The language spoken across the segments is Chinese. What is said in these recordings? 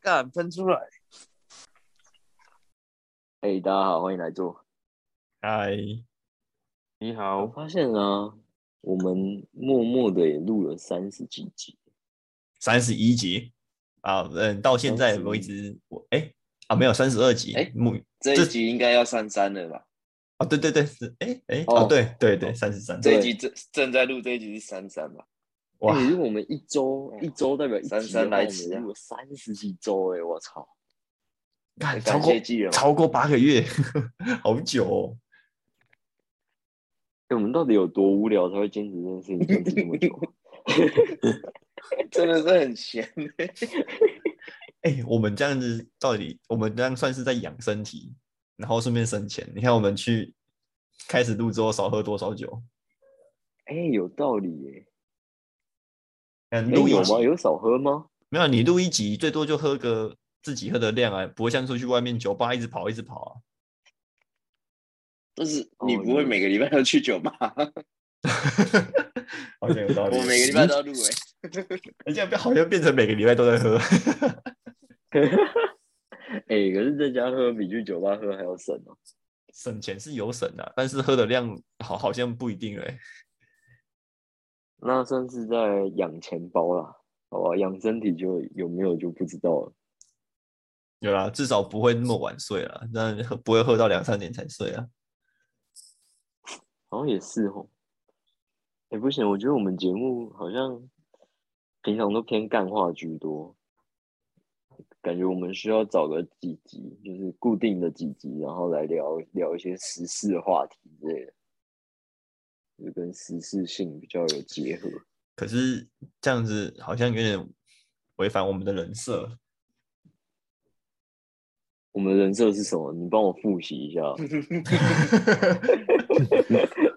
干喷出来！哎、大家好，欢迎来做。嗨，你我好，发现啊，我们默默的也录了三十几集，三十一集啊，嗯，到现在为止，我哎、啊没有三十二集，哎目这一集应该要上山了吧？啊对对对是哎哎哦哦对对对三十三这对一集正正在录，这一集是三三吧？哇哎如果我们一周一周代表一集的话姗姗来迟啊我们录了三十几周哎、我操！干超感过谢季人嘛，超过八个月， 好久哦，哎、我们到底有多无聊才会坚持这件事情坚持这么久？啊 真的是很闲欸、哎、我们这样子到底我们这样算是在养身体，然后顺便省钱。你看我们去开始录之后少喝多少酒？哎、有道理耶、嗯，哎录一有集吗？有少喝吗？没有？你录一集最多就喝个自己喝的量啊，不会像出去外面酒吧一直跑一直跑啊。就是哦你不会每个礼拜都去酒吧？好像有道 我理。每个礼拜都要录诶、欸人家好像变成每个礼拜都在喝。哎、可是在家喝比去酒吧喝还要省哦、省钱是有省的、但是喝的量好好像不一定哎、那算是在养钱包啦，好吧？养身体就有没有就不知道了。有啦，至少不会那么晚睡啦，那喝不会喝到两三点才睡啊。好像也是哦。哎、不行，我觉得我们节目好像平常都偏干话居多，感觉我们需要找个几集，就是固定的几集，然后来聊聊一些时事话题之类的，就跟时事性比较有结合。可是这样子好像有点违反我们的人设。 我们人设是什么？你帮我复习一下，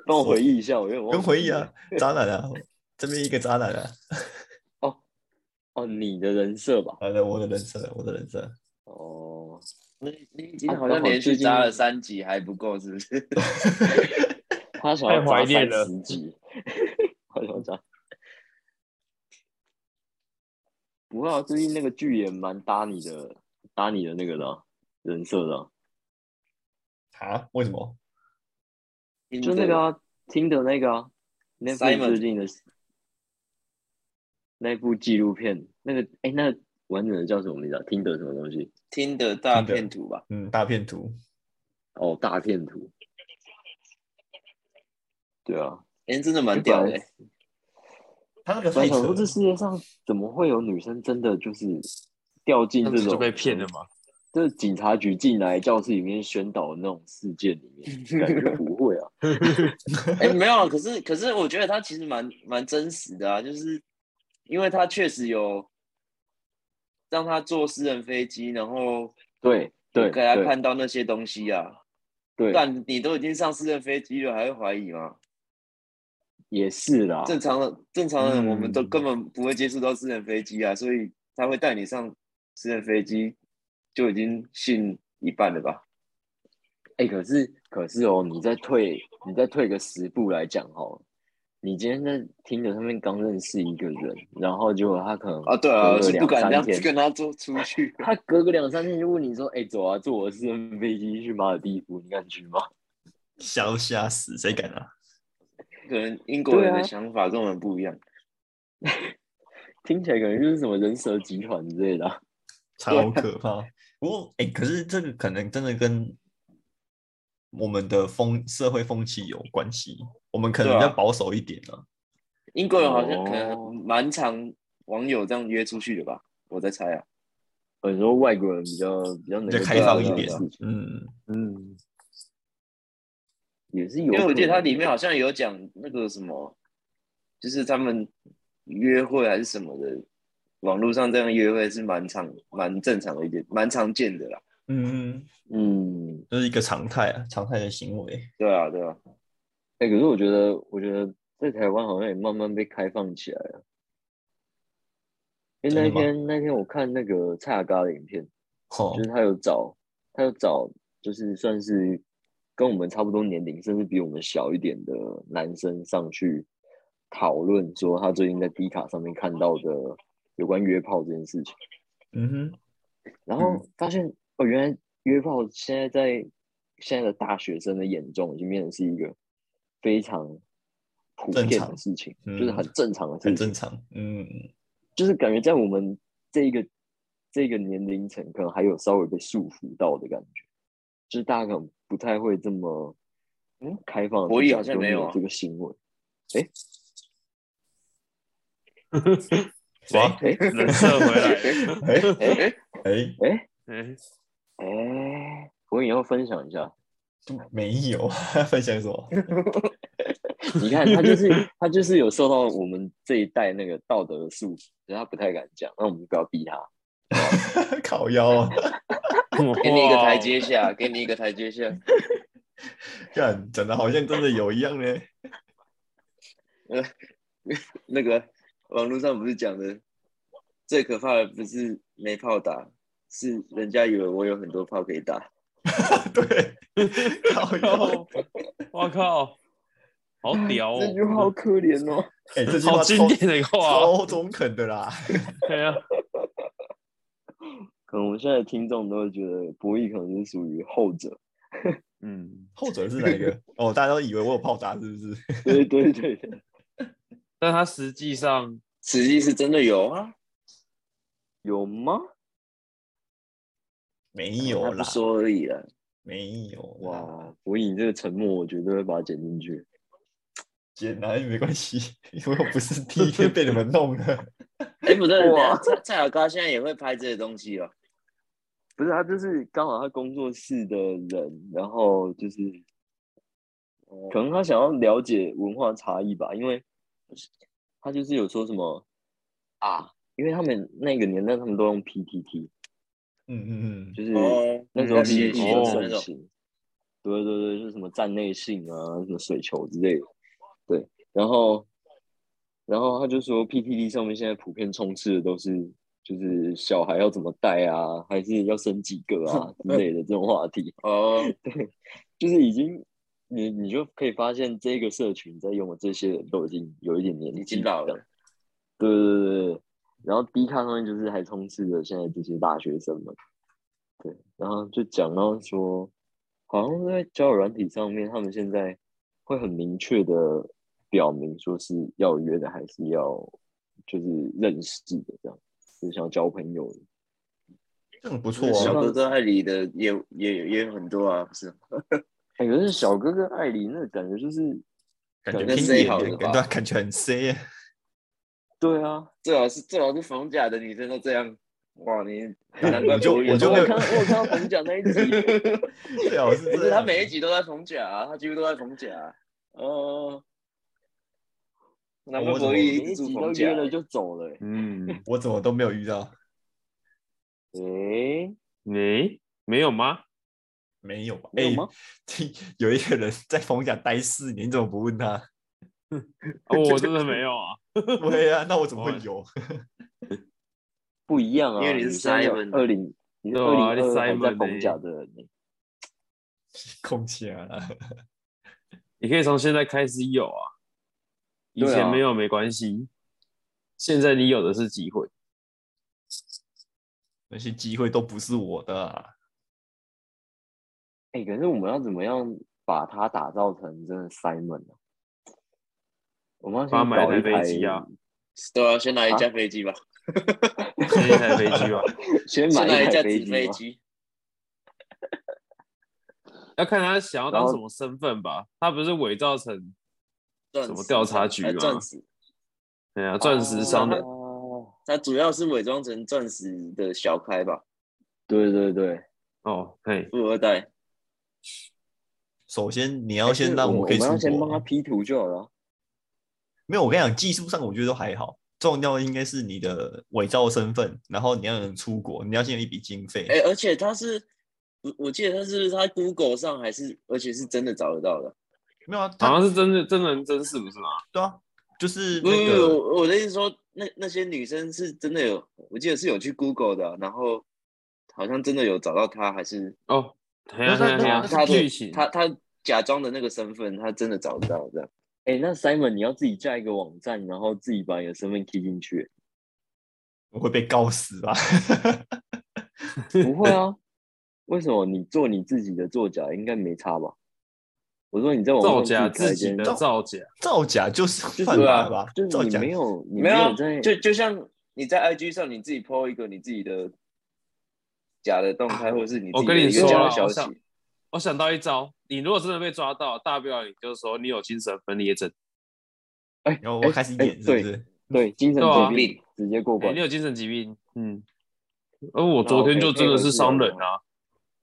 帮我回忆一下，我有点忘跟回忆记了啊，渣男啊，这边一个渣男啊，哦，你的人设吧。好的，我的人设，我的人设，哦， 你啊你已经好像连续扎了三集还不够，是不是？他想要太怀砸念了三十集， 好想砸。不会啊，最近那个剧也蛮搭你的，搭你的那个的啊人设的啊，啊？为什么？就那个啊，听的那个啊，那部 Simon 最近的那部纪录片，那个哎，那个完整的叫什么名字啊？听的什么东西？听的大片图吧？嗯，大片图，哦，大片图。对啊，哎、真的蛮屌的、欸，他那个我太扯想说，了这，世界上怎么会有女生真的就是掉进这样这子就种被骗了嘛？这警察局进来教室里面宣导的那种事件里 面，感觉不会啊。哎、没有，可是可是我觉得他其实蛮蛮真实的啊，就是因为他确实有让他坐私人飞机，然后对对给他对看到那些东西啊。对，但你都已经上私人飞机了，还会怀疑吗？也是啦。正常的正常人，嗯我们都根本不会接触到私人飞机啊，所以他会带你上私人飞机，就已经信一半了吧？哎、可是可是哦，你再退你再退个十步来讲好了。你今天在听着上面刚认识一个人，然后结果他可能哦啊，对啊，隔我个是不两敢这三样天。子跟他坐出去他隔个两三天就问你说：“哎、走啊，坐我的私人飞机去马尔地夫，你敢去吗 吓都吓死，谁敢啊？可能英国人对啊的想法跟我们不一样，？”听起来可能就是什么人蛇集团之类的啊、超可怕。不过，哎、可是这个可能真的跟我们的风社会风气有关系，我们可能对比啊较保守一点啊。英国人好像可哦能蛮常网友这样约出去的吧？我在猜啊。呃你说外国人比较比较能比较够开接受放一这样的点啊事情，嗯，嗯，也是有可能，因为我记得它里面好像有讲那个什么，就是他们约会还是什么的，网络上这样约会是蛮常、蛮正常的一件、蛮常见的啦。嗯，嗯，这、是一个常态啊，常态的行为。对啊，对啊，哎、可是我觉得，我觉得在台湾好像也慢慢被开放起来了。因为那真的吗天那天我看那个蔡雅嘎的影片，哦就是他有找他有找，就是算是跟我们差不多年龄，甚至比我们小一点的男生上去讨论说他最近在 D 卡上面看到的有关约炮这件事情。嗯哼，然后发现、哦，原来约炮现在在现在的大学生的眼中已经变成是一个非常普正遍的常事情，嗯就是很正常的事很情，正常。嗯，就是感觉在我们这一个这个年龄层，可能还有稍微被束缚到的感觉，就是大家可能不太会这么嗯开放地去讲。国立好像就没有啊这个行为，哇，哎人设回来了。哎哎，哎，哎哎，哎，我也要分享一下，都没有 分享什么？你看他就是他就是有受到我们这一代那个道德的束缚，所以他不太敢讲，那我们不要逼他。烤腰啊，给你一个台阶下，给你一个台阶下。干，讲的好像真的有一样呢。 那个网络上不是讲的，最可怕的不是没炮打，是人家以为我有很多炮可以打。对，烤 腰。靠！我靠！好屌哦！这句话好可怜哦。哎、这句好话经超典的一个话哦，超中肯的啦。对啊，可能我们现在的听众都会觉得博弈可能是属于后者，嗯，后者是哪一个？哦，大家都以为我有炮打，是不是？对对对对，但他实际上实际是真的有啊，有吗？没有他不啦，说而已啦。没有哇，哇，博弈你这个沉默，我绝对会把它剪进去。简单没关系， 因为我不是第一天被你们弄的。 哎、不对，等一下哇蔡蔡小高现在也会拍这些东西哦。不是他，就是刚好他工作室的人，然后就是呃哦可能他想要了解文化差异吧，因为他就是有说什么啊，因为他们那个年代他们都用 PTT，嗯嗯嗯，就是哦，那时候那是 PPT 也很是哦那盛种行，对对对，就是什么站内信啊，什么水球之类的，对，然后然后他就说 PPT 上面现在普遍充斥的都是就是小孩要怎么带啊，还是要生几个 啊之类的这种话题， 哦，就是已经你你就可以发现这个社群在用的这些人都已经有一点年纪，已经老了，对对对对，然后 B 看上面就是还充斥着现在这些大学生们，对，然后就讲到说，好像在交友软体上面，他们现在会很明确的表明说是要约的，还是要就是认识的这样，就是想要交朋友的。这样不错那小啊。哥哥爱里的也也也有很多啊，不是？哎、可是小哥哥艾琳那感觉就是，感觉那拼 C 脸好了的，吧感觉感觉很啊 C 耶。对啊，最好是最好是逢甲的女生都这样，哇，你难怪我就国语我就我没有有看到我有看到冯讲那一 集， 最哦好是 可这是他样。每一集都在逢甲、啊，他几乎都在逢甲、啊。哦，难怪国每语一一直住集都逢甲约。了就走了、欸。嗯，我怎么都没有遇到？哎、你没有吗？没有吧？没哎、有吗？ 听有一个人在逢甲待四年，你怎么不问 他？哦，我真的没有啊。对啊，那我怎么会哦有？不一样啊，因为你是三 Simon 二零，你是对二零啊二还你在 Simon 逢甲欸的人、欸， 空气啊！你可以从现在开始有啊，以对啊前没有没关系，现在你有的是机会。那些机会都不是我的、啊。哎、可是我们要怎么样把它打造成真的 Simon 呢、我们要帮先他买搞台一飞机啊，对啊，先来一架飞机吧，先一台飞机吧，先先买来一架台纸飞飞机机。要看他想要然当后什么身份吧。他不是伪造成钻什么石调查局哎吗钻石，哎呀钻石商人，哦它主要是伪装成钻石的小开吧，对对对，哦，嘿，富二代。首先你要要先让我可以我出们国要，先帮他 P 图就好 了啊。没有，我跟你讲，技术上我觉得都还好，重要的应该是你的伪造身份，然后你要能出国，你要先有一笔经费。哎、而且他是，我我记得他是他 Google 上还是，而且是真的找得到的。没有啊，好他像是真的真人真事不是吗？对啊，就是不不那不，个我我的意思说，那那些女生是真的有，我记得是有去 Google 的啊、然后好像真的有找到他，还是哦，嘿那呀嘿呀那嘿啊呀那他，剧的情他他假装的那个身份，他真的找得到这样。哎、那 Simon 你要自己架一个网站，然后自己把你的身份 key 进去。我会被告死吧？不会啊，为什么你做你自己的作假应该没差吧？我说你在网造上假自自己己开一间的造假，造假就是是啊犯法吧？呃就是造你假没有你没有啊有在就就像你在 IG 上你自己 PO 一个你自己的假的动啊态，或者是你自我己跟的你一个说假啊的消我息，想我想到一招，你如果真的被抓到，大不了你就是说你有精神分裂症，哎，然后我开始哎演，是不是？对精神对啊疾病直接过哎关你，有精神疾病，嗯。而我昨天就真的是伤人啊，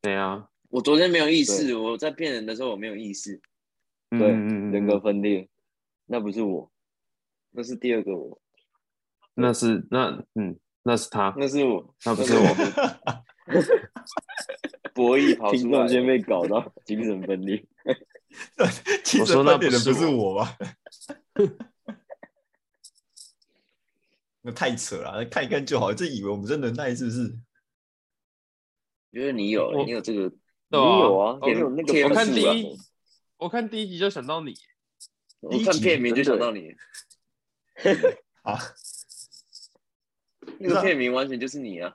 对啊，我昨天没有意识，对我在骗人的时候我没有意识，嗯对嗯嗯人格嗯，分裂，那不是我，那是第二个我，那是那嗯那是他，那是我，那不是我，博弈跑听出众来先的。被 搞到精神分 裂，精我说神那分裂的不是不是我我吧？ 那太扯了，看一看就好。这以为我们真能耐是不是？我觉得你有欸我，你有这个，对你有啊，啊，你我有那个天我分看数第啊一，我看第一集就想到你，我看片名欸就想到你，啊，那个片名完全就是你啊！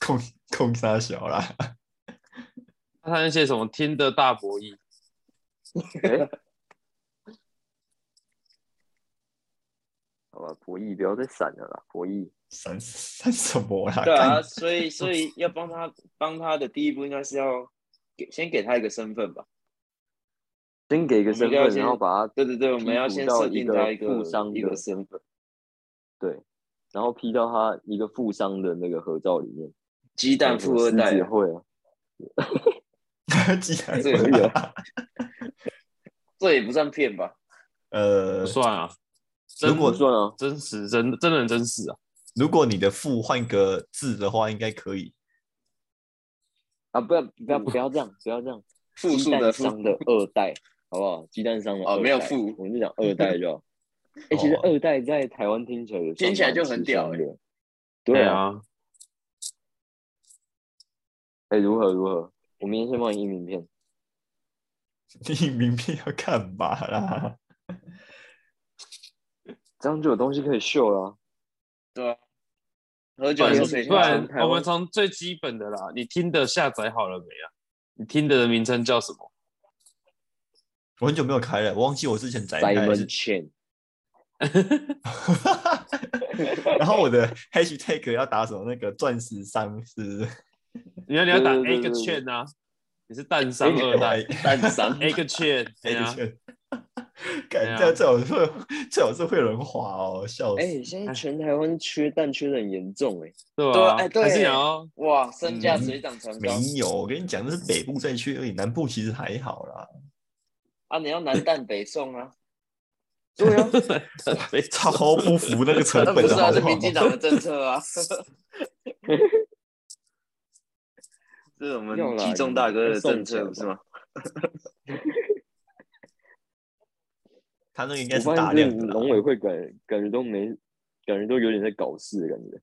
空空杀小啦，他那些什么听的大博弈，好吧，博弈不要再闪了啦，博弈闪闪什么啦？对啊，干所以所以要帮他帮他的第一步应该是要给先给他一个身份吧。先给一个身我们要份，先然后把它对对对，我们要先设定他一批捕到一个个富商的一个身份，对，然后 P 到他一个富商的那个合照里面，鸡蛋富二代狮子啊，会啊，鸡蛋这个可以啊这也不算骗吧？呃不，算啊，如真果不算啊，真实真真人真事啊，如果你的父换个字的话，应该可以。啊，不要不要不要这样，不要这样，复鸡数蛋的复商的二代，好不好？鸡蛋商的哦二代没有富我们就讲二代就好。 哎，其实哦二代在台湾听起来也算听起来就蛮很吃屌香欸的，对啊，啊，哎，如何如何？我明天先帮你印名片，你名片要干嘛啦？这样就有东西可以秀啦。对啊，喝不酒的时候谁然先不然讲台湾我们从最基本的啦，你听的下载好了没啊？你听的名称叫什么？我很久没有开了，我忘记我之前哎宅开的 Simon 是 Chen，然后我的 hashtag 要打什么？那个钻石商是你要你要打对 A 对个对对券啊，你是蛋商二代 蛋商 A 个券，对黑啊， 圈，对感啊觉最好是最好是会有人滑哦，笑 哎，死！现在全台湾缺蛋缺的很严重哎，对对吧？哎对还是你要哇，身价嗯水涨船没高有，我跟你讲，那是北部赛区而已，南部其实还好 啦。啊！你要南蛋北宋 啊，对啊，超不服那个成 那不本是的啊，好是不民进好？党的政策 啊。 这是我们要啦击中大哥的政要策送不是吗？他那个应该我是发大现量这的农啦，嗯委会感感觉都没，感觉都有点在搞事的感觉。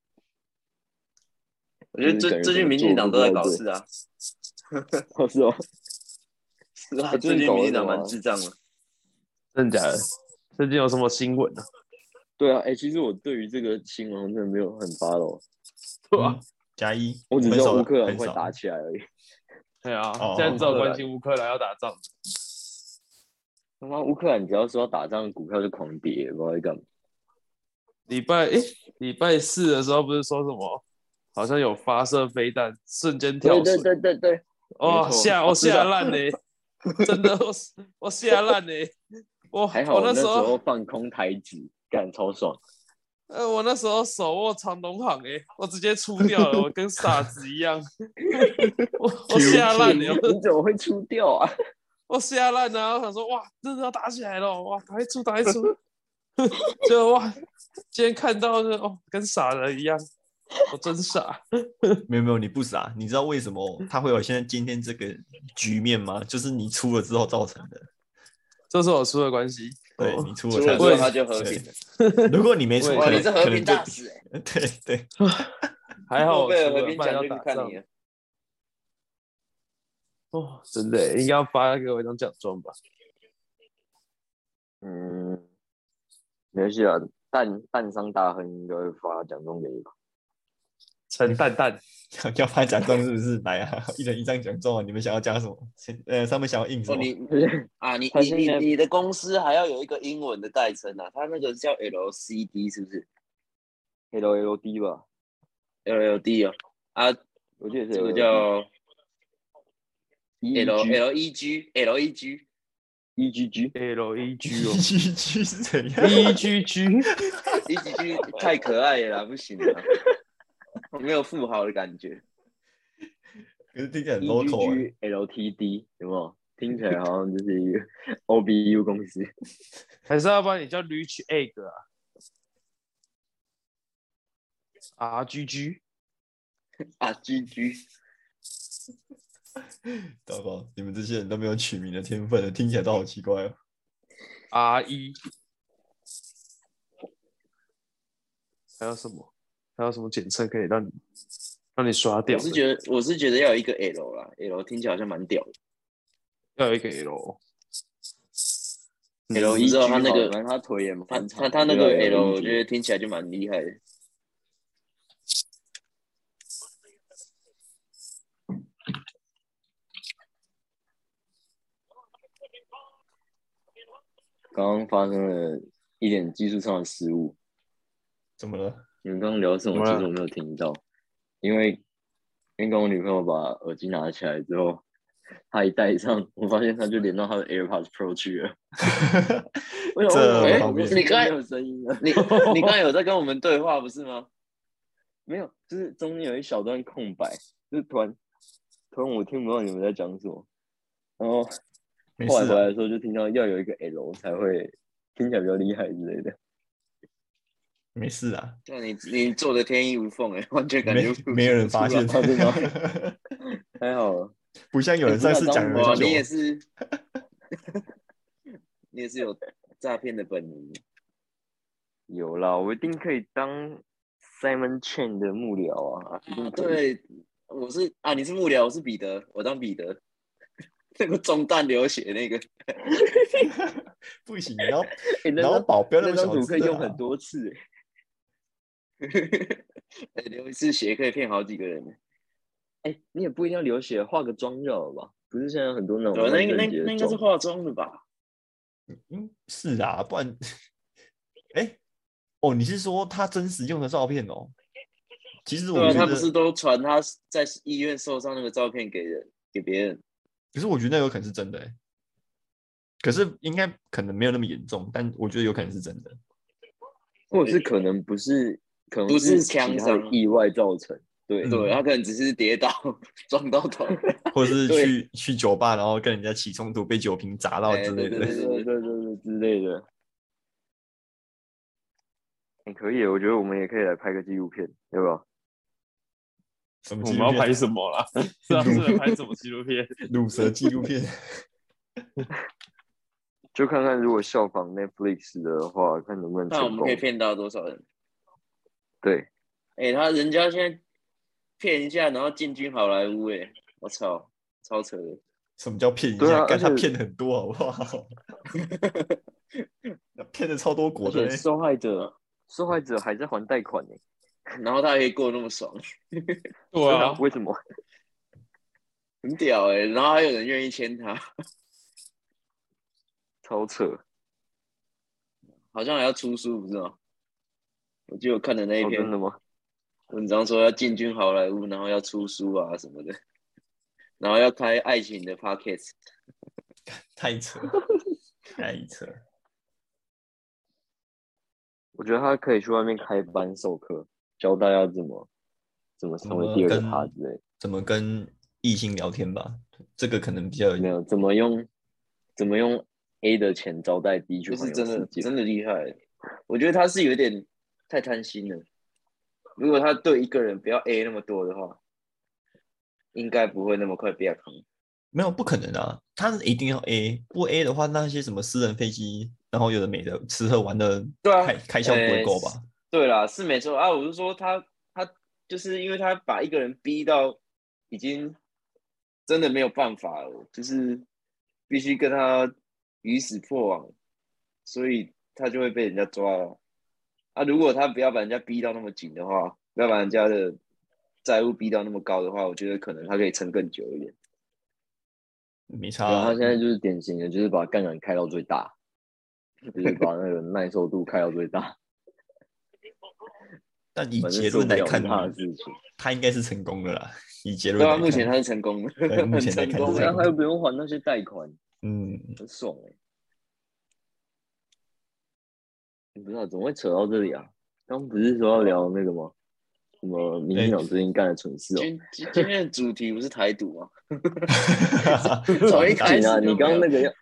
我觉得就是最感最觉怎近么民进党做都在不太搞对事啊，哦，是哦， 是啊，哎最最近近搞民了进党什么蛮啊智障的。真的假的？最近有什么新闻呢？对啊，哎、其实我对于这个新闻真的没有很 follow，对吧？加一，我只知道很少乌克兰很快少打起来而已。 对啊哦，现在只有关心乌克兰要打仗，他妈乌克兰只要说要打仗，股票就狂跌，不知道在干嘛。礼拜诶，礼拜四的时候不是说什么，好像有发射飞弹，瞬间跳对对水，对对对，哦，没错吓我吓烂嘞，真的我我吓烂嘞，我还好我我那哦时时候候放空台指，干超爽。呃我那时候手握长隆行诶，我直接出掉了，我跟傻子一样， 我我吓烂你嘞，你怎么会出掉啊？我吓烂啊！我想说，哇，真的要打起来了，哦哇，打一出，打一出， 就哇，今天看到的哦，跟傻人一样，我真傻。没有没有，你不傻，你知道为什么他会有现在今天这个局面吗？就是你出了之后造成的。这是我出的关系，对哦你出除了才了之我后也他就和平了。对如果你没出，我也可哇，能你是和可能平就大使哎！ 对对，还好诺我贝尔出和了，平不然奖要就去打看仗啊你。了。啊哦，真的耶应该要发给我一张奖状吧？ 嗯，没关系啊，蛋蛋商大亨应该会发奖状给你吧？陈蛋蛋， 要发奖状是不是？来啊， 一人一张奖状啊，你们想要加什么？先呃，上面想要印什哦，么？你啊，你他你现你在你的公司还要有一个英文的代称啊，它那个叫 LCD 是不是 L L D 吧， ？LLD 哦，啊，我记得是这个 LLD 叫 E L G L E G L E G， E G G， L A G 哦 G G 是怎样？ ，E G G， E G G 太可爱了啦，不行啊，我没有富豪的感 觉。可是听起来很 E G local 欸 G L T D 有没有？听起 来好像就是一个 O B U 公司。还是要不然你叫 Rich Egg 啊？R G G，啊，G G，糟糕，你们这些人都没有取名的天分，听起来都好奇怪哦。 R E，还有什么？还有什么简称可以让你让你刷掉我的？是觉得我是觉得要有一个 L 啦，L 听起来好像蛮屌的。要有一个 L， L E 一知道他那个反正他腿也蛮他长的。他他那个对啊 E L， LEG 我觉得听起来就蛮厉害的。刚刚发生了一点技术上的失误。怎么了？ 你们刚刚聊什么？怎么其了实我没有听到，因为因为跟我女朋友把耳机拿起来之后，她一戴上，我发现她就连到她的 AirPods Pro 去了。为什么？这哎，方面你刚才有声音啊了？你 你刚才有在跟我们对话不是吗？没有，就是中间有一小段空白，就是突然突然我听不到你们在讲什么，然后没后来事回啊，来的时候就听到要有一个 L 才会 听起来比较厉害之 类的。没事啊，那你你做的天衣无缝哎、 完全感没觉没有人发现不知道真，太好啊了， 不像有人上次讲了哇，很你也久。是，你也是有诈骗的本能。有啦，我一定可以当 Simon Chen 的幕僚 啊，一定 可以。对，我是啊，你是幕僚，我是彼得，我当彼得，那个中弹流血那个，不行，然后欸那然后张保镖那那张么小图可以字用啊很多次 欸，哎流一次血可以骗好几个人。欸哎、你也不一定要流血，化个妆就好了吧？不是现在有很多那种对，啊那万应圣那节的那应该是妆化妆的吧？嗯，是啊，不然， 哎、哦，你是说他真实用的照片哦？其实我对啊，觉他得，不是都传他在医院受伤那个照片给人给别人，可是我觉得那有可能是真的、欸，可是应该可能没有那么严重，但我觉得有可能是真的。或者是可能不是，可能不是其枪他的伤意外造成。对，嗯对他可能只是跌倒 撞到 头，或者是对去去酒吧，然后跟人家起冲突，被酒瓶砸到哎之类对的。对对对对之类的。欸可以，我觉得我们也可以来拍个纪录片，对吧？什么我纪录们要片？拍什么 啦？是啊，是要拍什么纪录片？乳蛇纪录片？就看看如果效仿 Netflix 的话，看能不能那我成们功可以。骗到多少人？ 对，哎、他人家现在骗一下，然后进军好莱坞，哎，我操，超扯的！什么叫骗一对下？啊干、他而且骗很多，好不好？那骗的超多国而的且嘞、受害者受害者还在还贷款呢、然后他还可以过得那么爽， 对真啊的， 为什么？很屌哎、然后还有人愿意签他，超扯！好像还要出书，不是吗？我记得我看的那一哦，篇真的吗？文章说要进军好莱坞，然后要出书啊什么的， 然后要开爱情的 pockets，太扯，太扯。我觉得他可以去外面开班授课，教大家怎么怎么成为么第二个跟 他之类怎么跟异性聊天吧，这个可能比较的，没有怎么用怎么用 A 的钱招待 B 去就环是游真的世界。真的厉害欸。我觉得他是有点太贪心了，如果他对一个人不要 A 那么多的话，应该不会那么快变康。没有不可能啊，他是一定要 A，不 A 的话，那些什么私人飞机，然后有的没的，吃喝玩乐，对啊开开销不会呃够吧？对啦，是没错啊。我是说他，他就是因为他把一个人逼到已经真的没有办法了，就是必须跟他鱼死破网，所以他就会被人家抓了。啊，如果他不要把人家逼到那么紧的话，不要把人家的债务逼到那么高的话，我觉得可能他可以撑更久一点。没差然后啊。他现在就是典型的，就是把杠杆开到最大，就是把那个耐受度开到最大。但以反正结受论不来了看，他的事情，他应该是成功的啦。以结论对来啊，看，目前他是成功的， 对目很前来成看功哎对是的。啊，这样他又不用还那些贷款，嗯， 很爽哎、欸。不知道怎么会扯到这里啊？刚不是说要聊那个吗？什么民进党最近干的蠢事哦、今今今天的主题不是台独吗？从从一开始不行啊，就你刚刚没那有个要，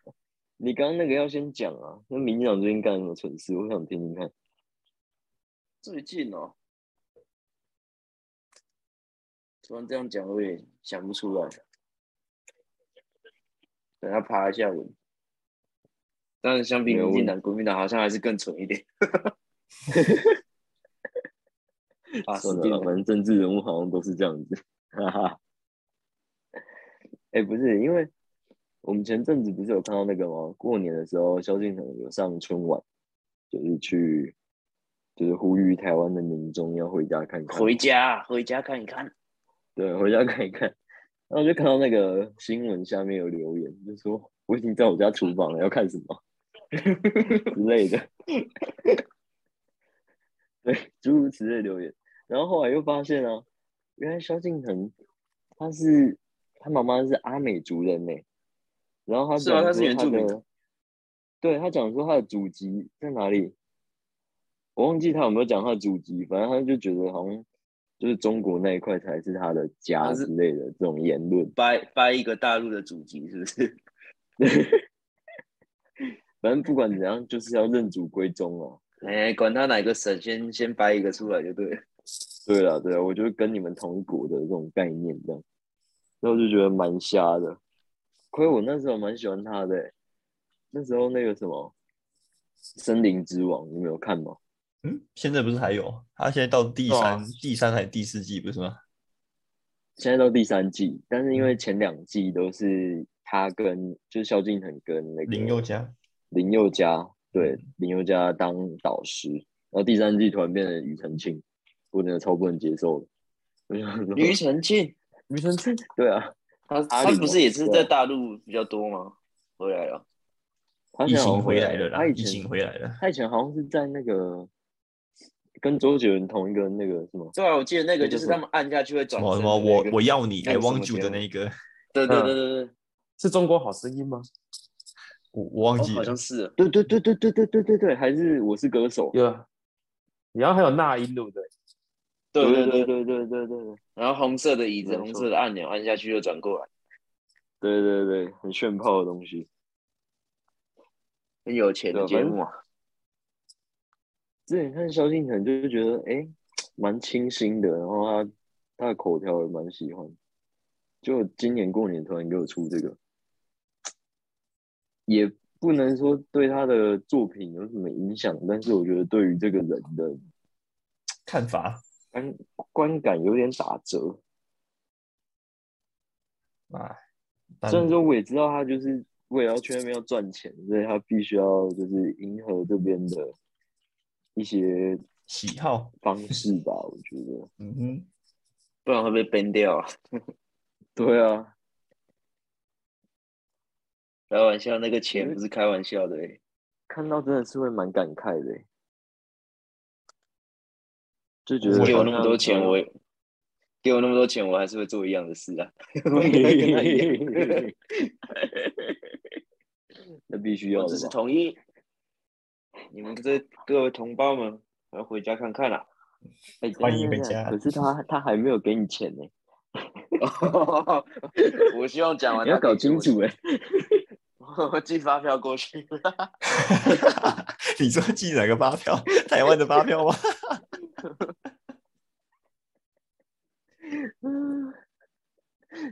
你刚刚那个要先讲啊。那民进党最近干了什么蠢事？我想听听看。最近哦，突然这样讲我也想不出来。等他爬一下文，但是相比没有民进党、国民党，好像还是更蠢一点。啊，死算了定啦，了！反正政治人物好像都是这样子，哈哈。哎、不是，因为我们前阵子不是有看到那个吗？过年的时候，萧敬腾有上春晚，就是去，就是呼吁台湾的民众要回家看看，回家，回家看一嗯看。对，回家看一看。然后就看到那个新闻下面有留言，就说我已经在我家厨房了，要看什么 之类的，对，诸如此类的留言。然后后来又发现啊，原来萧敬腾他是他妈妈是阿美族人呢、然后他是吗讲他是说原住民的，对他讲说他的祖籍在哪里，我忘记他有没有讲他的祖籍，反正他就觉得好像就是中国那一块才是他的家他是之类的这种言论。掰掰一个大陆的主题，是不是？ 反正不管怎样，就是要认祖归宗啊。哎、管他哪个省，先先掰一个出来就对了。 对了，对了，啊我就是跟你们同一国的这种概念这样，然后就觉得蛮瞎的。亏我那时候蛮喜欢他的欸、那时候那个什么《森林之王》，你没有看吗？嗯，现在不是还有？他现在到第对啊三、第三还是第四季不是吗？现在到第三季，但是因为前两季都是他跟就是萧敬腾跟那个林宥嘉，嗯林宥嘉，对林宥嘉当导师，然后第三季突然变成庾澄庆，我真的超不能接受的。我想说庾澄庆，庾澄庆，对啊，他阿他里不嘛是也是对在啊大陆比较多吗？回来了，他疫现在好情像回来来了啦，他以疫情前回来了。他以前好像是在那个跟周杰伦同一个那个什么，对啊，我记得那个那就就是是他们按下去会什转么身什的么我那个我要你那 I 个什么 want you 节的目那个，嗯对对对对对，是中国好声音吗？我我忘哦，记好了像。是对对对对对对对对对，还是我是歌手，有，然后还有那英，对不对？对对对。对对对对对对对然后红色的椅子，没错红色的按钮按下去就转过来，对对对，很炫炮的东西。很有钱的节目啊。之前看萧敬腾就是觉得哎，诶蛮清新的，然后他他的口条也蛮喜欢。就今年过年突然给我出这个，也不能说对他的作品有什么影响，但是我觉得对于这个人的看法观观感有点打折。啊，但虽然说我也知道他就是为了要去那边要赚钱，所以他必须要就是迎合这边的一些喜好，方式吧，我觉得。嗯哼，不然会被 ban 掉啊！ 对啊，开玩笑，那个钱不是开玩笑的、欸，嗯看到真的是会蛮感慨的欸，就觉我得给我好那么像多钱，我也给我那么多钱，我还是会做一样的事 啊。我也会跟他一样那必须要我的只哦是吧？统一。你们这各位同胞们，我要回家看看啦、哎欢迎等一回下等一下家可是他他还没有给你钱呢，我希望讲完你要他可搞以给清我楚哎。钱，我寄 发票过去。 你说寄哪个发票？ 台湾的发票吗？哎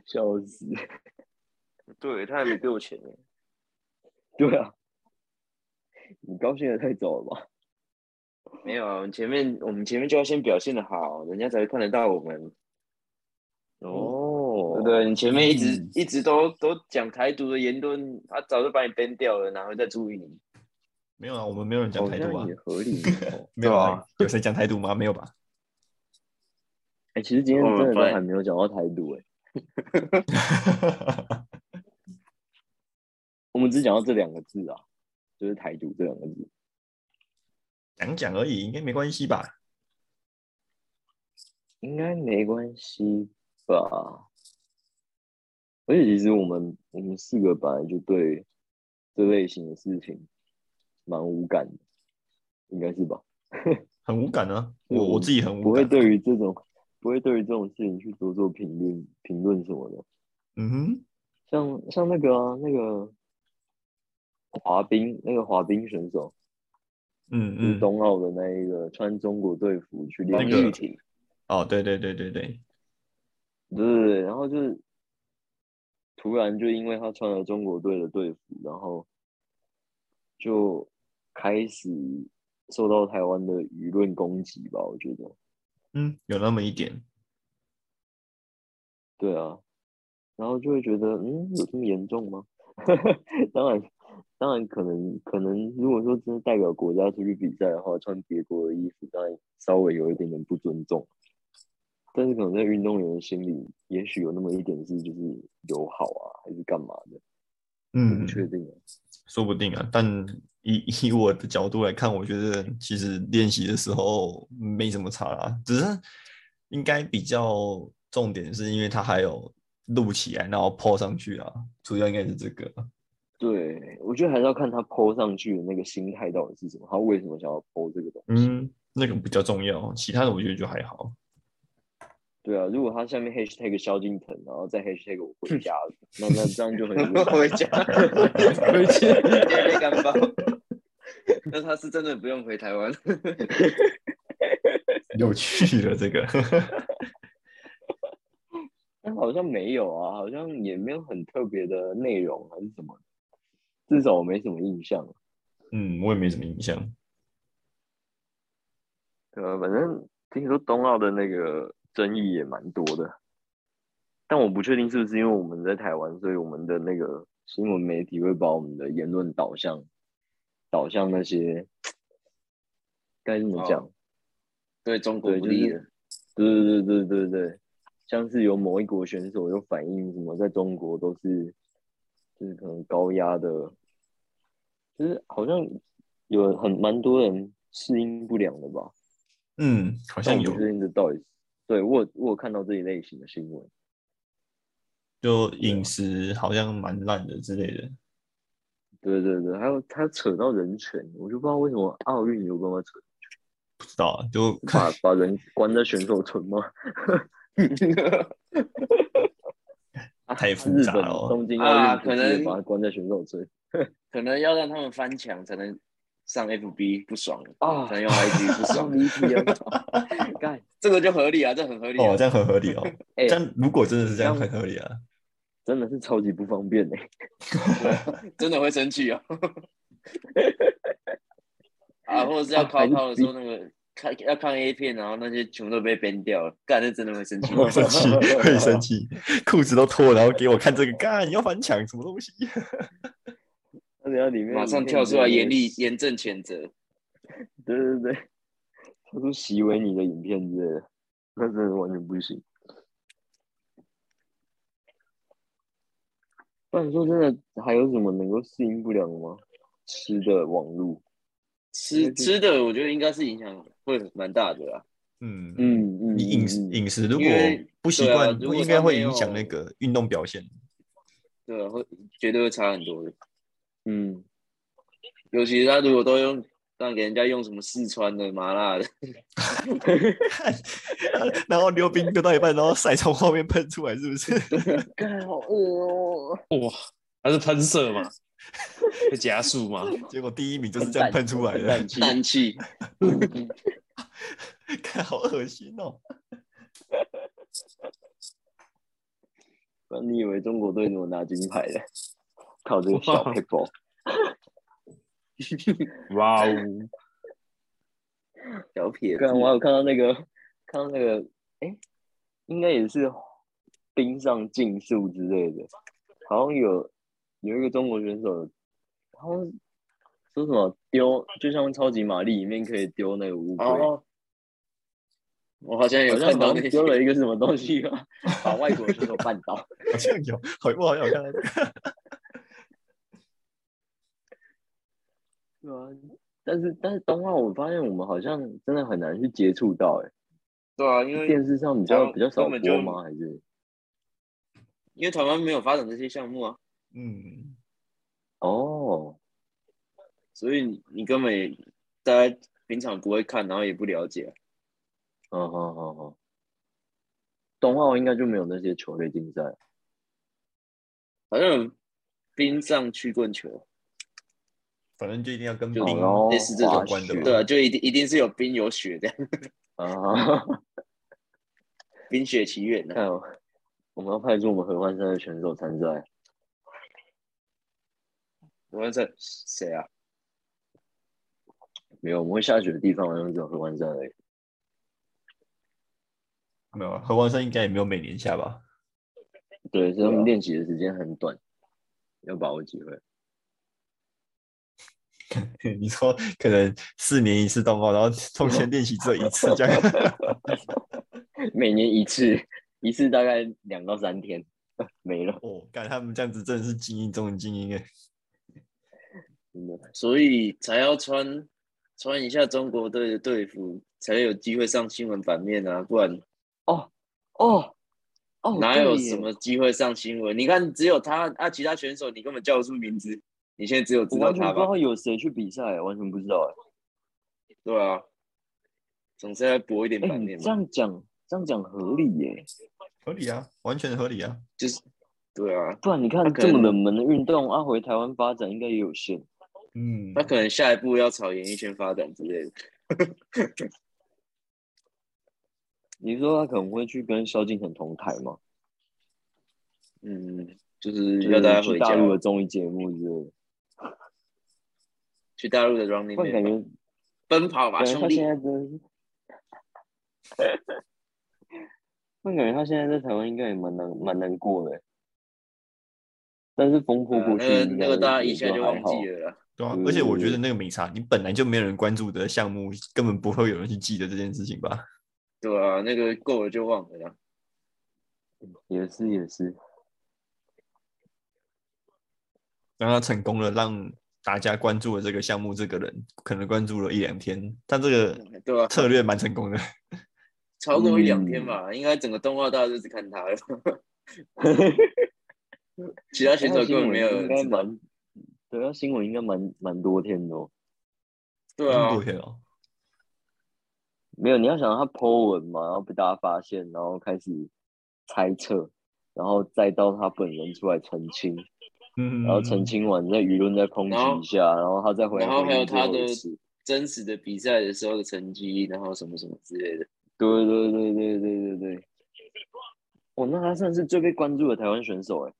笑死！对他还没给我钱呢，对啊，你高兴的太早了吧？没有啊。我们前面我们前面就要先表现的好，人家才会看得到我们。哦对不对，你前面一直、嗯一直都都讲台独的言论，他早就把你 ban 掉了，哪会再注意你？没有啊，我们没有人讲好台独啊 啊像也，合理哦。没有啊，有谁讲台独吗？没有吧？哎、其实今天我们真的都本来还没有讲到台独哎、我们只讲到这两个字啊，就是台独这两个字。 讲讲而已，应该没关系吧？应该没关系吧？而且其实我们我们四个本来就对这类型的事情蛮无感的，应该是吧？很无感啊，对我我我自己很不无会感。对于这种不会对于这种事情去多做评论评论什么的。嗯哼，像像那个啊、那个滑冰那个滑冰选手，嗯就是嗯，冬奥的那一个穿中国队服去练那习个玉婷，哦，对对对对对，对对对，然后就是突然就因为他穿了中国队的队服，然后就开始受到台湾的舆论攻击吧，我觉得。嗯，有那么一点，对啊，然后就会觉得，嗯，有这么严重吗？ 当然，当然可能可能，如果说真的代表国家出去比赛的话，穿别国的衣服，当然稍微有一点点不尊重。但是可能在运动员的心里，也许有那么一点是就是友好啊，还是干嘛的，我嗯不，确定啊。说不定啊。但以 以我的角度来看，我觉得其实练习的时候没什么差啦，只是应该比较重点是因为它还有录起来，然后 po 上去啊，主要应该是这个。对，我觉得还是要看他 PO 上去的那个心态到底是什么，他为什么想要 PO 这个东西。嗯，那个比较重要，其他的我觉得就 还好。对啊，如果他下面 hashtag 萧敬腾，然后再 hashtag 我回家了，那那这样就很 回家，回去直接被 干爆。那他是真的不用回台湾， 有趣了，这个 但好像没有啊，好像也没有很特别的内容还是什么，至少我没什么印象。嗯，我也没什么印象。对啊，反正听说冬奥的那个争议也蛮多的，但我不确定是不是因为我们在台湾，所以我们的那个新闻媒体会把我们的言论导向导向那些该怎么讲？对中国对，不就利的是，对对对对对对，像是有某一国选手有反映什么，在中国都是就是可能高压的，就是好像有很蛮多人适应不良的吧，嗯，好好像有不，确定这到底是，对我有我有看到这一类型的新闻，就饮食好像蛮烂的之类的。对对对，还有他扯到人权，我就不知道为什么奥运有办法扯，不知道啊，就看把把 人关在选手村吗？啊太复日杂本了哦东京奥啊运不可是也能把他关在选手村可能要让他们翻墙才能上 FB，不爽了，啊才能用 IG，不爽了，离题了，干这个就合理啊，这很合理啊。哦，这样很合理 哦。哎这样如果真的是这样，这样很合理啊。 真的是超级不方便哎、真的会生气啊！啊，或者是要啊靠还是靠的时候，那个看要看 A 片，然后那些全部都被编掉了，干那真的会生气。会生 气，会生气，裤子都脱了，然后给我看这个，干你要翻墙什么东西？而且它里面马上里面跳出来有严 厉严正谴责，对对 对，跳出席维尼的影片之类的，那真的完全不行。不然说真的，还有什么能够适应不了的吗？吃的网络，吃吃的我觉得应该是影响会蛮大的啊。嗯，嗯嗯，你饮食嗯饮食如果因为不习对啊惯，如果应该他会没影响有那个运动表现。对啊，会绝对会差很多的。嗯，尤其是他如果都用让给人家用什么四川的麻辣的， 然后溜冰溜到一半，然后塞从后面喷出来，是不是？干好饿哦，还是喷射 嘛？会加速嘛？结果第一名就是这样喷出来的， 氮气，看好恶心哦。不然你以为中国队怎么拿金牌的？靠这个小哇 p e 哇 哦！小撇子刚，刚我还有看到那个，看到那个，哎、应该也是冰上竞速之类的，好像有有一个中国选手，好像说什么丢，就像超级玛丽里面可以丢那个乌龟，哦，我好像哦有好像看到好那些像丢了一个什么东西 吧，把外国选手绊倒。好像有，好，我好像有看到这个。 对啊，但是但是动画我发现我们好像真的很难去接触到、欸，对啊，因哎，为电视上比较台比较少根本就播吗？还是因为台湾没有发展这些项目啊，嗯，哦，所以你你根本也大家平常不会看，然后也不了解啊、嗯好好好，动画应该就没有那些球类竞赛，好像有冰上曲棍球，反正就一定要跟就冰然后类似这滑有关的雪吧对啊，就一定一定是有冰有雪的， 《啊， 冰雪奇缘》啊，看哦我们要派出我们合欢山的选手参赛，我问这谁啊？没有，我们会下雪的地方好像只有合欢山而已。没有啊，何光生应该也没有每年下吧？ 对，对所以他啊们练习的时间很短，要把握机会。你说可能四年一次动画，然后中间练习只有一次这样。每年一次，一次大概两到三天，没了，哦，感他们这样子真的是精英中的精英哎。真的。所以才要穿穿一下中国队的队服，才有机会上新闻版面啊，不然哦哦哦，哪对有耶什？么机会上新闻？你看，只有他啊，其他选手你根本叫不出名字，你现在只有知我道完全他不知吧？道有谁去比赛，完全不知道。对啊，总是要搏一点哎、版你面这嘛，样讲，这样讲合理耶。合理啊，完全合理啊。就是对啊，不然你看可这么能冷门的运动，啊，回台湾发展应该也有限。嗯，他可能下一步要朝演艺圈发展之类的。你说他可能会去跟萧敬腾同台吗？嗯，就是就要是大家去回大家，陆的综艺节目之类的。去大陆的 Running 不然感 Man 觉，奔跑吧感觉兄他弟呃现，在真的是， 不然感觉他现在在台湾应该也蛮难蛮难过的。但是风波呃过那去个应那该个大家也一下就还忘好记了啦。对啊嗯。而且我觉得那个没差，你本来就没有人关注的项目，根本不会有人去记得这件事情吧？对啊，那个够了就忘了啦。也是也是，让他成功了，让大家关注了这个项目，这个人可能关注了一两天，但这个对啊，策略蛮成功的。超过一两嗯天吧，应该整个动画大家就只看 他了。其他选手根本没有他人知新闻应该道。蛮，对，他新闻应该蛮蛮多天的哦。对这啊么，多天哦，没有，你要想他 Po 文嘛，然后被大家发现，然后开始猜测，然后再到他本人出来澄清，嗯，然后澄清完，再舆论再抨然后击一下，然后他再回来然后回还有应最他后的一次真实的比赛的时候的成绩，然后什么什么之类的。对对对对对对对。哦，那他算是最被关注的台湾选手哎，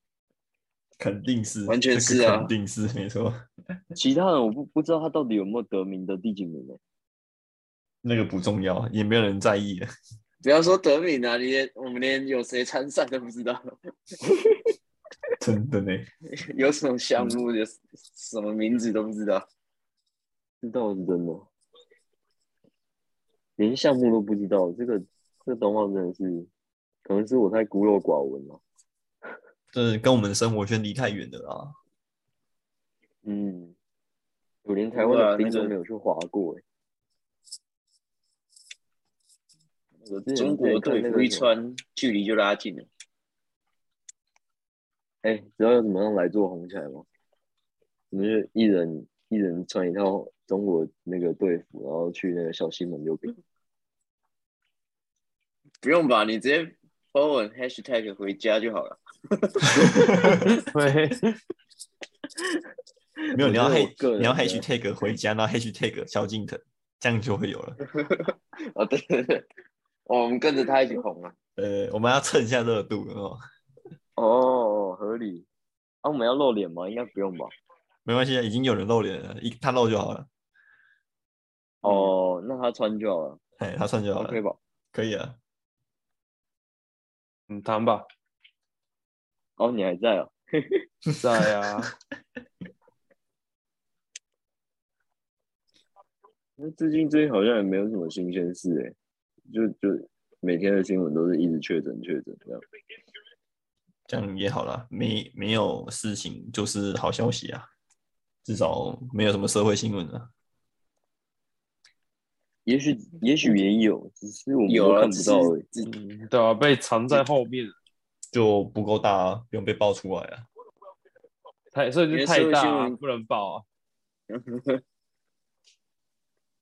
肯定是，完全这个是啊肯定是没错，其他人我不不知道他到底有没有得名得第几名哎。那个不重要，也没有人在意了。 不要说德敏啊，你连我们连有谁参赛都不知道， 真的呢，有什么项目，嗯有什么名字都不知道。知道是真的，连项目都不知道，这个这个动画真的是，可能是我太孤陋寡闻了。这跟我们的生活圈离太远了啦。嗯，我连台湾的不会啊冰那个都没有去滑过、欸。我之前中国队在看那服个一什么，穿，距离就拉近了。哎、知道要怎么样来做红起来吗？我们就一人一人穿一套中国那个队服，然后去那个小西门溜冰。不用吧，你直接 po 文 hashtag 回家就好了。对， 没有，你要我觉得 h 我个人你要的 h tag 回家，然后 h tag 萧敬腾，这样就会有了。 哦，对对对，哦我们跟着他 一起红啊。呃，我们要蹭一下热度哦，哦，合理。啊，我们要露脸吗？应该不用吧。没关系啊，已经有人露脸了，一他露就好了，哦，那他穿就好了哎，他穿就好了，OK 哦吧？可以啊。嗯，谈吧，哦，你还在啊？在啊，那最近最近好像也没有什么新鲜事哎、就就每天的新闻都是一直确诊确诊这样。这样也好啦，没没有事情就是好消息啊，至少没有什么社会新闻啊。也许也许也有，只是我们有都啊看不到而已。只是嗯，对啊，被藏在后 面了，就不够大、啊，不用被爆出来啊。太所以你就的太社大会新啊、闻不能报啊。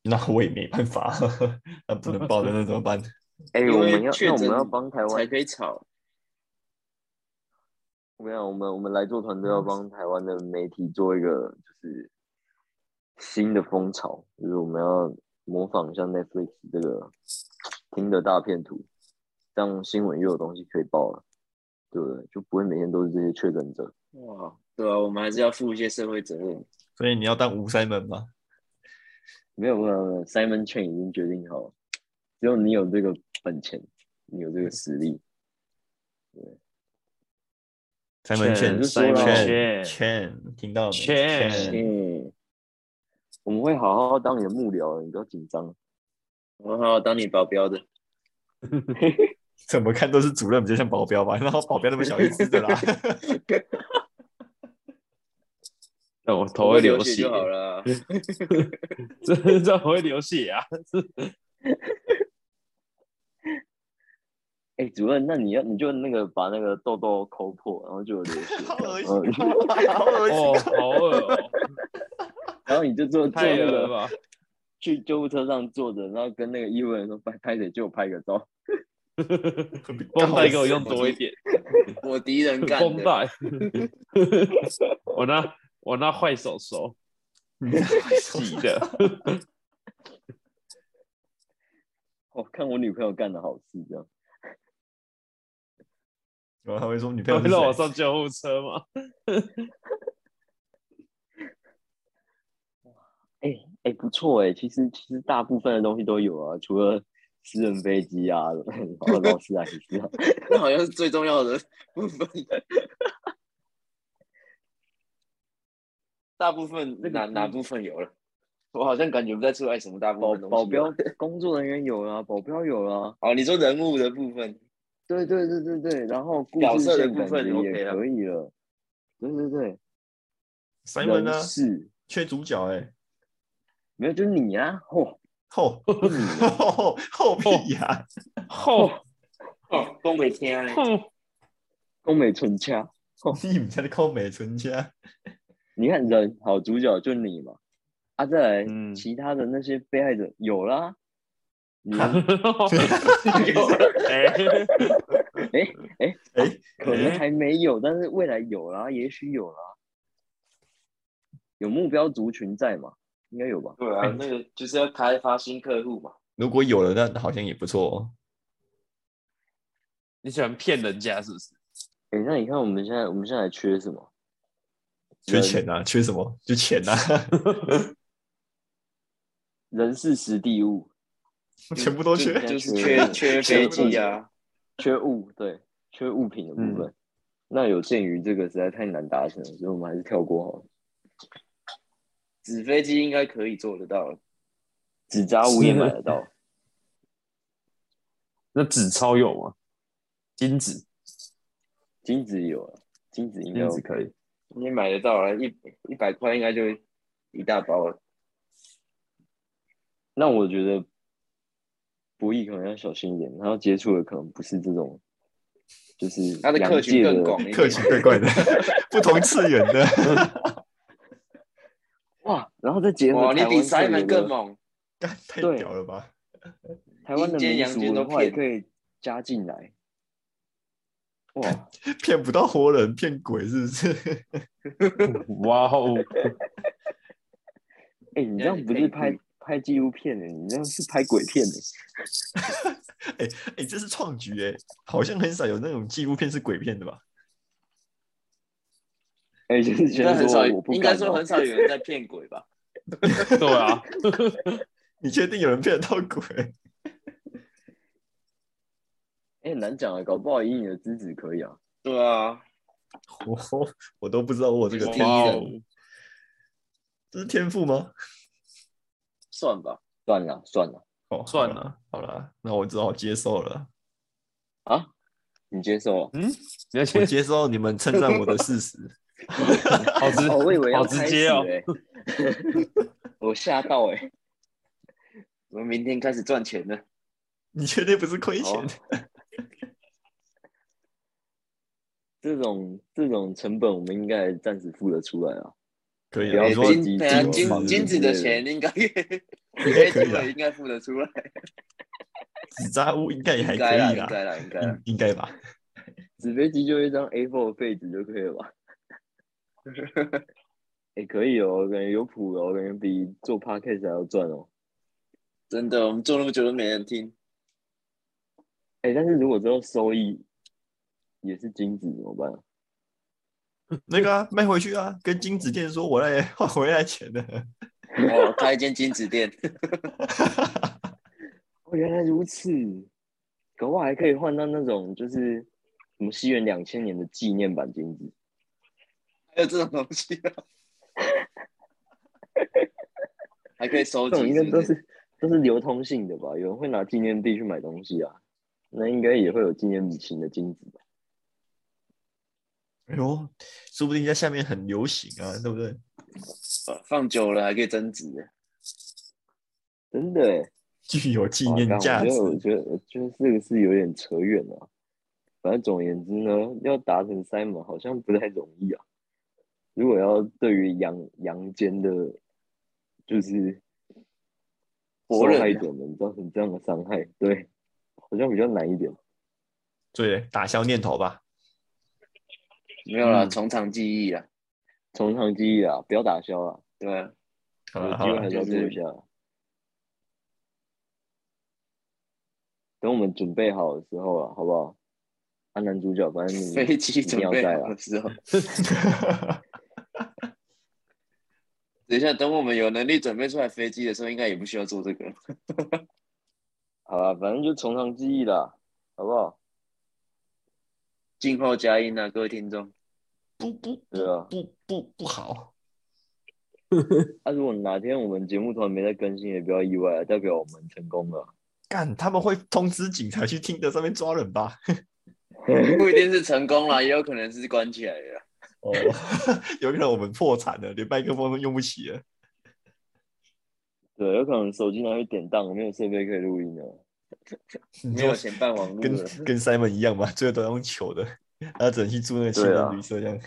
那我也没办法， 那不能爆的那怎么办？哎、因我为们要确那我们诊要帮台才湾，可以吵。我跟你讲，我们我们来做团嗯队要帮台湾的媒体做一个就是新的风潮，就是我们要模仿一下 Netflix 这个听的大片图，这样新闻又有东西可以报了，对不对？就不会每天都是这些确诊者。哇，对啊，我们还是要负一些社会责任。所以你要当吴塞门吗？没有没有没有，Simon Chen 已经决定好了，只有你有这个本钱，你有这个实力。塞门劝劝就说了劝劝劝，听到没？劝劝嗯，我们会好好当你的幕僚，你不要紧张。我好好当你保镖的，怎么看都是主任比较像保镖吧？然后保镖那么小一只的 啦，那我头会流血血，就好了啊。这这头会流血啊！哎、主任，那你要你就那个把那个痘痘抠破，然后就有流血， 嗯好恶然心后你啊，好恶心哦啊！，好恶 哦，然后你就坐坐太那恶个了吧！去救护车上坐着，然后跟那个医务人员说拍拍谁借我拍个照，绷带给我用多一点，我敌人干绷的， 带，我拿我拿坏手手挤的， 我、哦看我女朋友干的好事这样。然后他会说女朋他友会让我是谁？上救护车吗？哎、哎、不错哎、其实其实大部分的东西都有啊，除了私人飞机啊， 然后劳斯莱斯 啊，那好像是最重要的部分。 大部分哪哪部分有了？我好像感觉不太出来什么大部保分东西。保镖工作人员有啊，保镖有啊，哦，你说人物的部分，对对对对对，然后故角事色的线部感分觉 OK 也了可以了。对对对，塞门呢？人事啊缺主角哎，没有就是你啊，嚯， 后嗯后哦后屁呀！ 吼哦，都没听嘞。 吼，宫美纯佳，你们家的靠美存 家，你看人好主角就你嘛，啊再来、嗯其他的那些被害者有啦，你啊有了哎， 哎，可能哎还没有，但是未来有啦，也许有啦，有目标族群在嘛，应该有吧？对啊，那个就是要开发新客户嘛。 如果有了，那好像也不错哦。你喜欢骗人家是不是？哎、那你看我们现在我们现在还缺什么？缺钱啊，缺什么？就钱 啊，人事实地物， 全部都缺。就就是缺缺飞机啊，缺物，对，缺物品的部嗯分。那有鉴于这个实在太难达成了，所以我们还是跳过好了。纸飞机应该可以做得到。纸扎物也买得到，那纸钞有吗？金纸，金子有啊，金子应该金纸 OK。可以。你买得到啊，一一百块应该就一大包了。那我觉得博弈可能要小心一点，他要接触的可能不是这种，就是他的客两群界更的广一客点气，怪怪的，不同次元的。 哇，然后再结合哇，你台比湾特塞有门更的猛，干太对屌了吧！台湾的阴间民阳俗间都文化也骗可以加进来。哇，骗不到活人，骗鬼是不是？哇哦，哎、人你这家样也 不可是以拍嗯拍纪录片的、你这样是拍鬼片的、哎、这是创举哎、好像很少有那种纪录片是鬼片的吧？哎、就是应该先很说少，我不应该敢说哦很少有人在骗鬼吧？对 啊， 你确定有人骗得到鬼？ 哎、很难讲啊，搞不好以你的资质可以啊。对啊，我我都不知道我有这个天，哇哦，这是天赋吗？算吧， 算了算了，哦，好算啦，好了，那我只好接受 了，啊，你接受？你要我先接受你们称赞我的事实。 好直哦，我以为要好直开始接哦，欸，我吓到哎、 我们明天开始赚钱了，你确定不是亏好哦钱？这种这种成本我们应该暂时付得出来啊。可以不啊，要你说被金金等下子金房子金子的之类钱应该以啊金子应该付得出来，纸扎屋应该也还应可该啦，应以该啦，应该啦应。应该吧？纸飞机就一张 A4 废纸就可以了吧？ 哎、可以哦，感觉有谱哦，感觉比做 podcast 还要赚哦。真的，我们做那么久都没人听，哎、但是如果之后收益也是金子怎么办？啊那个啊，卖回去啊，跟金子店说我来换回来钱的。 哦，开一间金子店，哦，原来如此，搞不好还可以换到那种就是什么西元两千年的纪念版金子。还有这种东西啊，还可以收这种集，应该是不都是是都是流通性的吧？有人会拿纪念币去买东西啊，那应该也会有纪念品型的金子吧？哎呦，说不定在下面很流行啊，对不对？放久了还可以增值欸。真的耶、具有纪哇念干价值。我觉得，我觉得，我觉得这个是有点扯远了、反正总而言之呢，要达成 Simon 好像不太容易啊。如果要对于阳阳间的，就是活人受害啊者们造成这样的伤害，对，好像比较难一点。对，打消念头吧。没有啦，嗯从长计议啦，从长计议啊，不要打消啊，对吧？好有机了好会了 还，是要就做是一下啊。等我们准备好的时候了，好不好？啊，男主角，反正你飞机准备一定要啊好带的时候，等一下，等我们有能力准备出来飞机的时候，应该也不需要做这个。好了，反正就从长计议啦，好不好？静候佳音啊，各位听众，不不对啊，嗯不不不好，那、如果哪天我们节目突然没在更新，也不要意外啊，代表我们成功了。干他们会通知警察去听的上面抓人吧？不一定是成功啦，也有可能是关起来了。哦， 有可能我们破产了，连麦克风都用不起了。对，有可能手机拿去典当，没有设备可以录音了。你没说有钱办网络跟了，跟 Simon 一样嘛，最后都要用球的，他只能去住那个情对啊人旅社这样。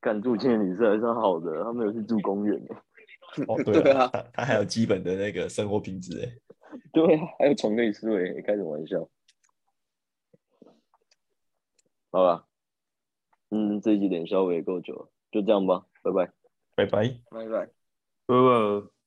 敢住青年旅社还算好的，他没有去住公园的。哦，对对啊啊，他他还有基本的那个生活品质哎。 对啊，还有床可以睡，开什么玩笑？好吧，嗯，这一集点稍微也够久了，就这样吧，拜拜。拜拜。拜拜。不不。